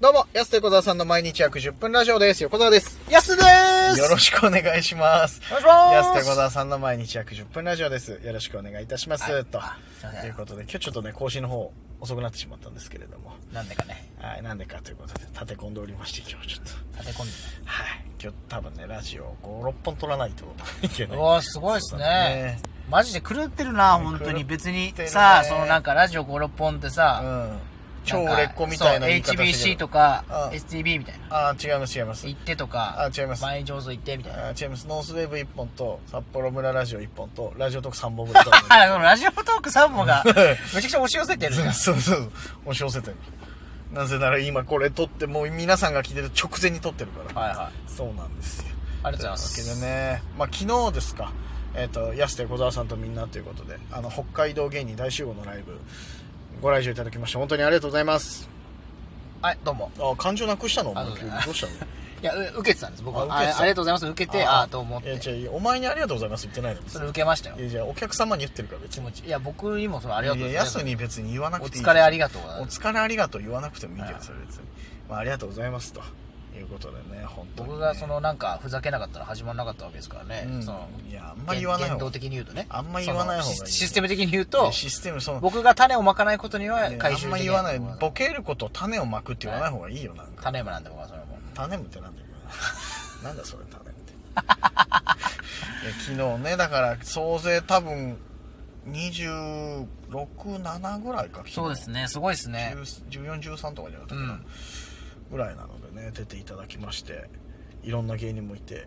どうも、安手小沢さんの毎日約10分ラジオです。横澤です。やすでーすよろしくお願いします。お願いします安手小沢さんの毎日約10分ラジオです。よろしくお願いいたします。はいとあすいませんということで、今日ちょっとね、更新の方遅くなってしまったんですけれども、なんでかね、はい、なんでかということで、立て込んでおりまして、今日ちょっと。立て込んではい。今日多分ね、ラジオ5、6本撮らないといけなね。い。うわーすごいですねねマジで狂ってるな、本狂っ当てるねに。別にさあ、そのなんかラジオ5、6本ってうさ、ん。超売れっ子みたいな言い方そう HBC か。とかうん STB みたいな。あー、違います、違います。行ってとか、あ違います毎日上手行ってみたいな。あー違います。ノースウェーブ1本と、札幌村ラジオ1本と、ラジオトーク3本ぐらい撮るんであ、そのラジオトーク3本が、めちゃくちゃ押し寄せてるじ ゃん。そうそう。押し寄せてる。なぜなら今これ撮って、もう皆さんが聞いてる直前に撮ってるから。はいはい。そうなんですよ。ありがとうございまというわけす。でね、まあ昨日ですか、えっ、と、安手小沢さんとみんなということで、あの、北海道芸人大集合のライブ、ご来場いただきまして、本当にありがとうございます。はい、どうも。あ、感情なくしたのお前あどう急にぞどうしたのいや、う受けてたんです、僕あは。あ受あけてたりがとうございます、受けて、ああ、と思っいやて。違ういやお前にありがとうございます言ってないの。それ受けましたよい。や、じゃあお客様に言ってるから別気に。持ち。いや、僕にもそれありがとういございや、ま安す。に別に言わなおくていい。疲れありがとうございおます。疲れありがとう言わなくてもいいけど、はいそれ別に。まあ、ありがとうございますと。いうことでね、本当に、ね。僕がそのなんかふざけなかったら始まらなかったわけですからね、うんそのいやあんまり言わない方言が動的に言うとねあんまり言わない方がいいそのシシステム的に言うとシステムその、僕が種をまかないことにはね回あん収でまき言わない。僕ボケることを種をまくって言わない方がいいよ、なんか。種もなんで僕はそれも種もってなんだ よ。なんだそれ、種って。いや昨日ね、だから、総勢多分、26、7ぐらいか、昨日そうですねすごいですね10 14、13とかじゃなかったうかな、んぐらいなのでね、出ていただきまして、いろんな芸人もいて、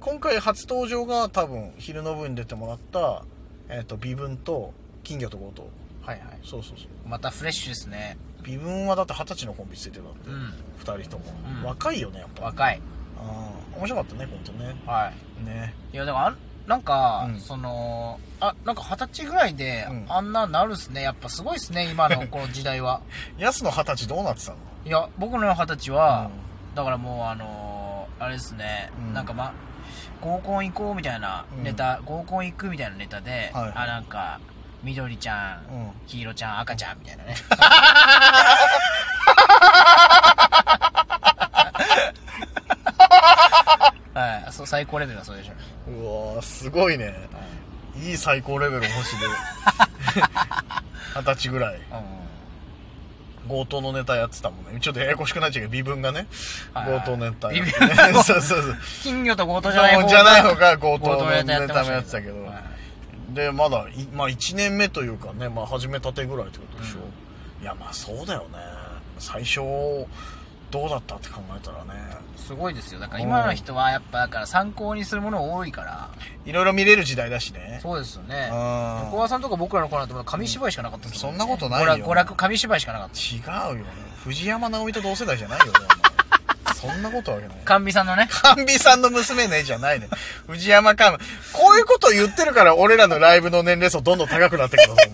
今回初登場が多分、昼の部に出てもらった、えっ、と、微分と、金魚と強盗。はいはいそうそうそう。またフレッシュですね微分はだって二十歳のコンビついてたんで、うん二人とも、うん若いよねやっぱ若いうん面白かったね本当ねはいねいやだからあんなんか、うんそのあなんか二十歳ぐらいでうんあんななるっすねやっぱすごいっすね今のこの時代はやすの二十歳どうなってたのいや僕の二十歳は、だからもうあのーあれですね、うんなんかま合コン行こうみたいなネタ、合コン行くみたいなネタで、はいあなんか緑ちゃん、うん黄色ちゃん赤ちゃんみたいなねはいそう最高レベルはそうでしょ、うん、うわーすごいねいい最高レベルの 星で二十歳ぐらい強盗のネタやってたもんねちょっとややこしくなっちゃうけど微分がねはいはい強盗ネタやって微分ね そうそうそう金魚と強盗じじゃないゃない方が強盗強盗のネのネタやってタまもしやたってたけど、はいでまだい、まあ、1年目というかね、まあ、始めたてぐらいってことでしょ、ういやまあそうだよね最初どうだったって考えたらねすごいですよだから今の人はやっぱだから参考にするもの多いからいろいろ見れる時代だしねそうですよねうん横川さんとか僕らの頃なんてまだ紙芝居しかなかったですもねそんなことないよ娯楽娯楽紙芝居しかなかった違うよね藤山直美と同世代じゃないよねお前そんなことわけない甘味さんのね甘美さんの娘ねじゃないね藤山甘美こういうこと言ってるから俺らのライブの年齢層どんどん高くなってくると思う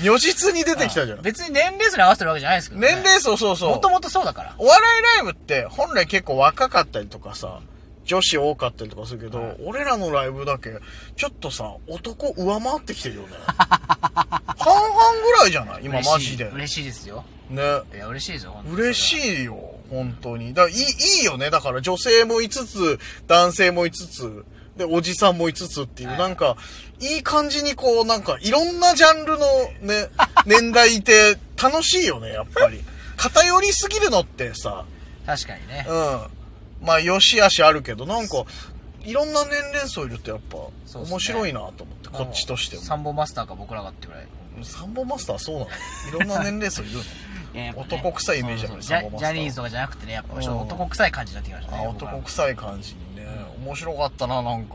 如実に出てきたじゃん別に年齢層に合わせてるわけじゃないですけど、ね、年齢層そうそうもともとそうだからお笑いライブって本来結構若かったりとかさ、女子多かったりとかするけど、はい俺らのライブだけ、ちょっとさ、男上回ってきてるよ ね。半々ぐらいじゃない今マジで。嬉しい嬉しいですよね。いや嬉しいですよ嬉いしいよ、本当に。だからいい、いいよね。だから女性もいつつ、男性もいつつ、で、おじさんもいつつっていう、はいなんか、いい感じにこう、なんか、いろんなジャンルのね、 年代いて、楽しいよね、やっ ぱり。偏りすぎるのってさ、確かにねうん。まあ、よしあしあるけど、なんか、いろんな年齢層いるってやっぱ、そうっすね面白いなと思って、こっちとしても。サンボマスターか僕らがってぐらいサンボマスターそうなのいろんな年齢層いるの男臭いイメージあそうるそうそサうンボマスジターャジャニーズとかじゃなくてねやっぱちょっとうん男臭い感じになってきましたあね僕ら男臭い感じにね、面白かったな、なんか。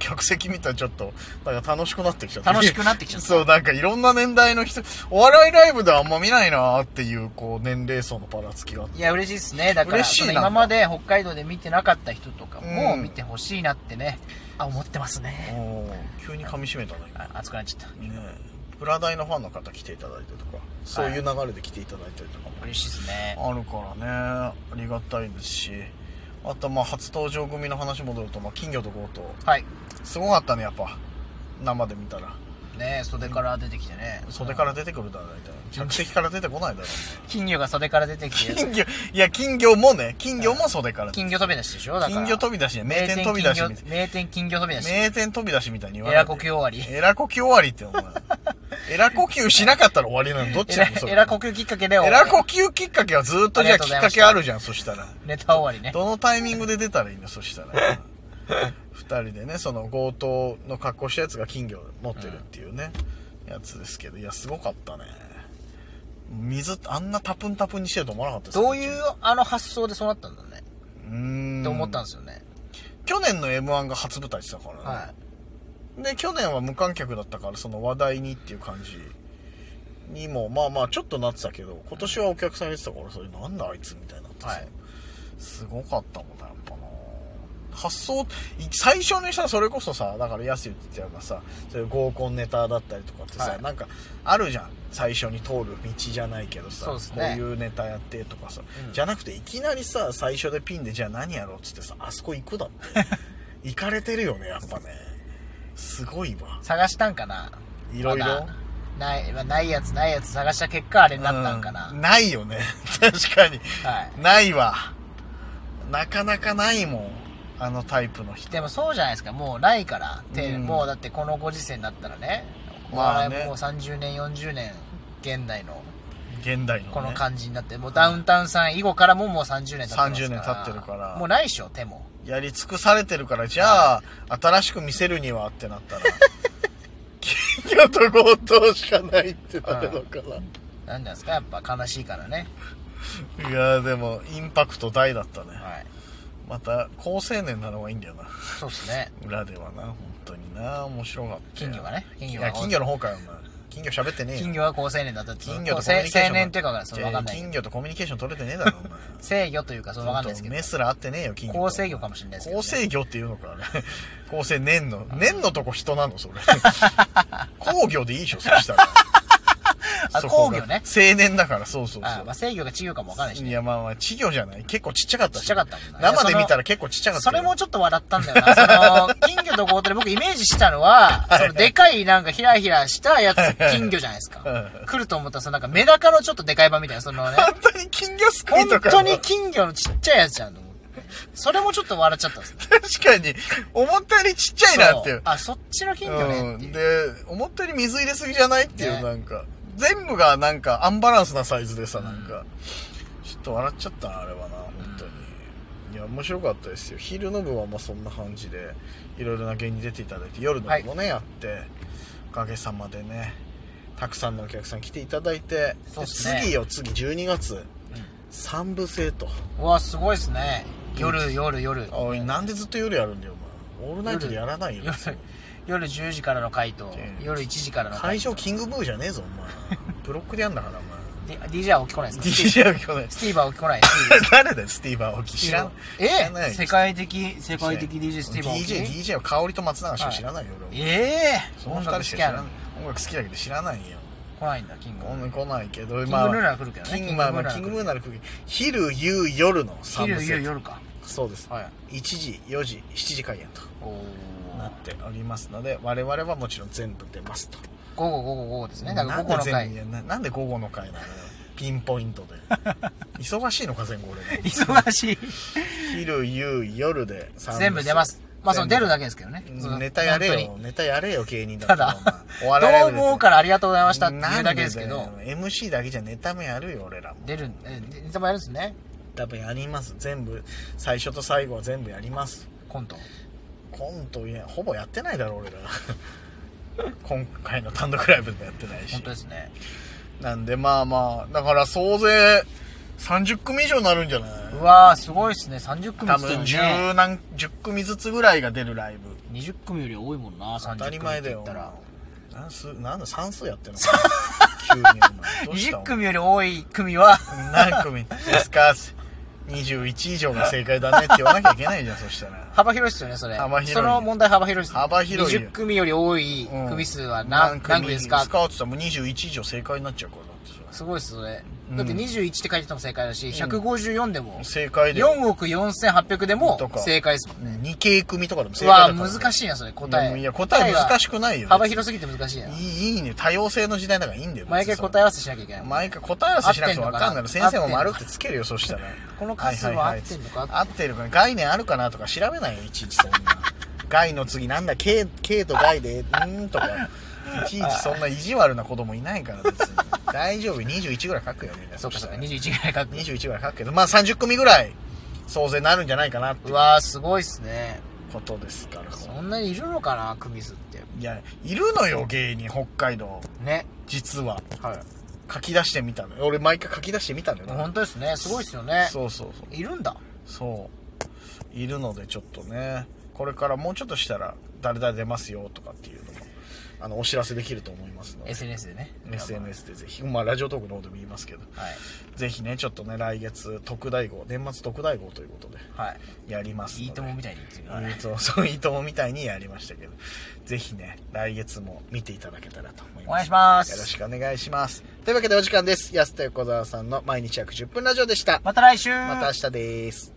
客席見たらちょっと、なんか楽しくなってきちゃった。楽しくなってきちゃった そう、なんかいろんな年代の人、お笑いライブではあんま見ないなっていう、こう、年齢層のばらつきがあって。いや嬉しいですねだから嬉しいなその今まで北海道で見てなかった人とかもうん見てほしいなってね、あ思ってますねおー急に噛み締めたな、今。あ熱くなっちゃったねプラダイのファンの方来ていただいたりとか、そういう流れで来ていただいたりとかも嬉しいですねあるからねありがたいですしあとまあ初登場組の話戻ると、まあ、金魚と強盗はいすごかったねやっぱ生で見たらね袖から出てきてね袖から出てくるだろ大体客席から出てこないだろ金魚が袖から出てきて金魚いや金魚もね金魚も袖から金魚飛び出しでしょだから金魚飛び出しね名店飛び出しみたいな名店金魚名店金魚飛び出し名店飛び出しみたいに言わエないラで呼吸終 わりエラ呼吸終わりってお前エラ呼吸しなかったら終わりなのどっエちラなのそれエラ呼吸きっかけでエラ呼吸きっかけはずっとじゃあありがとうごきざっいかましたけあるじゃんそしたらネタ終わりねどのタイミングで出たらいいのそしたら二人でねその強盗の格好したやつが金魚持ってるっていうね、やつですけどいやすごかったね水あんなタプンタプンにしてると思わなかったですどういうあの発想でそうなったんだねうーんって思ったんですよね去年の m 1が初舞台してたからね、はで去年は無観客だったからその話題にっていう感じにもまあまあちょっとなってたけど今年はお客さん入れてたからそれなんだあいつみたいになってさ、はいすごかったもんなやっぱな発想い最初にしたそれこそさだから安言ってたようなさそういう合コンネタだったりとかってさ、はいなんかあるじゃん最初に通る道じゃないけどさそうですねこういうネタやってとかさ、うんじゃなくていきなりさ最初でピンでじゃあ何やろうっつってさあそこ行く だって行かれてるよねやっぱねすごいわ探したんかないいろいろないまあないやつないやつ探した結果あれになったんかな、うんないよね確かにはいないわなかなかないもんあのタイプの人でもそうじゃないですかもうないからって、うんもうだってこのご時世になったらねおま笑あいねももう30年40年現代の現代の、ね、この感じになって、もうダウンタウンさん以後からももう30年経ってますから30年経ってるからもうないでしょ手もやり尽くされてるからじゃあ新しく見せるにはってな ったら金魚と強盗しかないってなるのかなんですかやっぱ悲しいからねな、いやーでもインパクト大だったねはいまた好青年なのがいいんだよなそうですね裏ではな本当にな面白かったよ金魚がね金い魚やが金魚の方かよお前金魚喋ってねえよ金魚は高青年だったって金魚とこコミュうせニケーション青年っていうかそのわかんやないけど金魚とコミュニケーション取れてねえだろお前制魚というかそのわかんないですけど目すら合ってねえよ金魚と高生魚かもしれないですけど構ね成魚っていうのかあれ構成年の年のとこ人なの それ工業でいいでしょそしたらあそこが工業ね青年だからそうそうあまそあ制魚が稚魚かもわかんなういしいねやまあまあ稚魚じゃない結構ちっちゃかったしちっちゃかったもんな生で見たいやそのら結構ちっちゃかったそよれもちょっと笑ったんだよな。その、 金魚と強盗で僕イメージしたのは、そのでかいなんかひらひらしたやつ、金魚じゃないですか。来ると思ったら、そのなんかメダカのちょっとでかい版みたいな、そ のね、本当に金魚すくい本とか当に金魚のちっちゃいやつじゃんと思って。それもちょっと笑っちゃったんですよ。確かに思ったよりちっちゃいなっていうそうあ、そっちの金魚ねっうていんう。で思ったより水入れすぎじゃないっていう、ねなんか全部がなんかアンバランスなサイズでさ、なんかちょっと笑っちゃったなあれはな本当に、いや面白かったですよ昼の部はまあそんな感じでいろいろな芸人出ていただいて夜の部もね、やっておかげさまでねたくさんのお客さん来ていただいて、そうっすねで次よ次12月三部制とうんうわ、すごいですね。夜、夜、夜。おいなんでずっと夜やるんだよお前オールナイトでやらないよ夜別に夜10時からの回とう、ん夜1時からの会回と。場キングブーじゃねえぞお 前ブロックでやんだからお前 DJ は起きこないですか DJ は来 ないスティーバーは起きこない。スティーバー誰だよスティーバー・オキ知らん知らなえい世界的世界的 DJ スティーブン・オキ DJ, DJ は香織と松永しか知らないよ、俺もええその音二楽人好しか知きらやなない音楽好きだけど知らないよ来ないんだキングこんな来ないけどキンまあグヌーなら来るけどねキングまあまあキングムーなら来るけど昼夕夜の3昼部夕制夜かそうですはい1時4時7時開演とおおなっておりますので我々はもちろん全部出ますと午後午後午後ですねだからなん午後での全部回やんななんで午後の会なのよピンポイントで 忙しいのか全部俺が忙しい昼夕夜で三部制全部出ますまあその出るだけですけどねそのネタやれ本当よにネタやれよ芸人だたったらだお前お笑いライどブうでもからありがとうございましたっていうだけですけなどんでだよ MC だけじゃネタもやるよ俺らも出るえネタもやるんですね多分やります全部最初と最後は全部やりますコントコントいやほぼやってないだろ俺 ら今回の単独ライブでもやってないし本当ですねなんでまあまあだから総勢30組以上になるんじゃないうわーすごいですね30組多っつって分も十ね何10組ずつぐらいが出るライブ20組より多いもんな当30たり組前っだてよ言ったら何数なんだ算数やってんのかな急にお前どうした20組より多い組は何組ですか21以上が正解だねって言わなきゃいけないじゃんそしたら幅広いですよねそれ幅広いその問題幅広いです幅広いよ20組より多いうん組数は何,、何組ですかスカウトさんもう21以上正解になっちゃうからだってすごいですそれだってうん21って書いてても正解だし、154でも、正解で4億4800でもとか正解ですもんね。 2系組とかでも正解うだわから、ね、難しいな、それ、答え。いや答え難しくないよ幅広すぎて難しいな。いいいいね多様性の時代だからいいんだよ毎回答ええ合わせしなきゃいけない。毎回答え合わせしなくても分かんない合のって先んのかな生も丸ってつけるよそしたらこの数は合ってんのかはいはいはい合ってるか概念あるかなとか調べないよいちいちそんな概の次なんだ K, K と概でうーんとかいちいちそんな意地悪な子供いないから別に大丈夫21ぐらい書くよみんなそうかそうか、したら21ぐらい書21ぐらい書くけどまあ30組ぐらい総勢なるんじゃないかなってく。うわー、すごいっすね。ことですからそんなにいるのかな、クミスって。いやいるのよ芸人北海道ね。実ははい。書き出してみたのよ俺毎回書き出してみたんだよな本当ですね。すごいっすよね。そうそうそういるんだ。そういるのでちょっとねこれからもうちょっとしたら誰々出ますよとかっていうのもあのお知らせできると思いますので SNS でね。 SNS でぜひまあラジオトークの方でも言いますけどはい。ぜひねちょっとね来月特大号年末特大号ということではい。やりますのでいいともみたいに言ってる。いいともそういいともみたいにやりましたけどぜひね来月も見ていただけたらと思いますお願いしますよろしくお願いしますというわけでお時間です安田横澤さんの毎日約10分ラジオでしたまた来週また明日です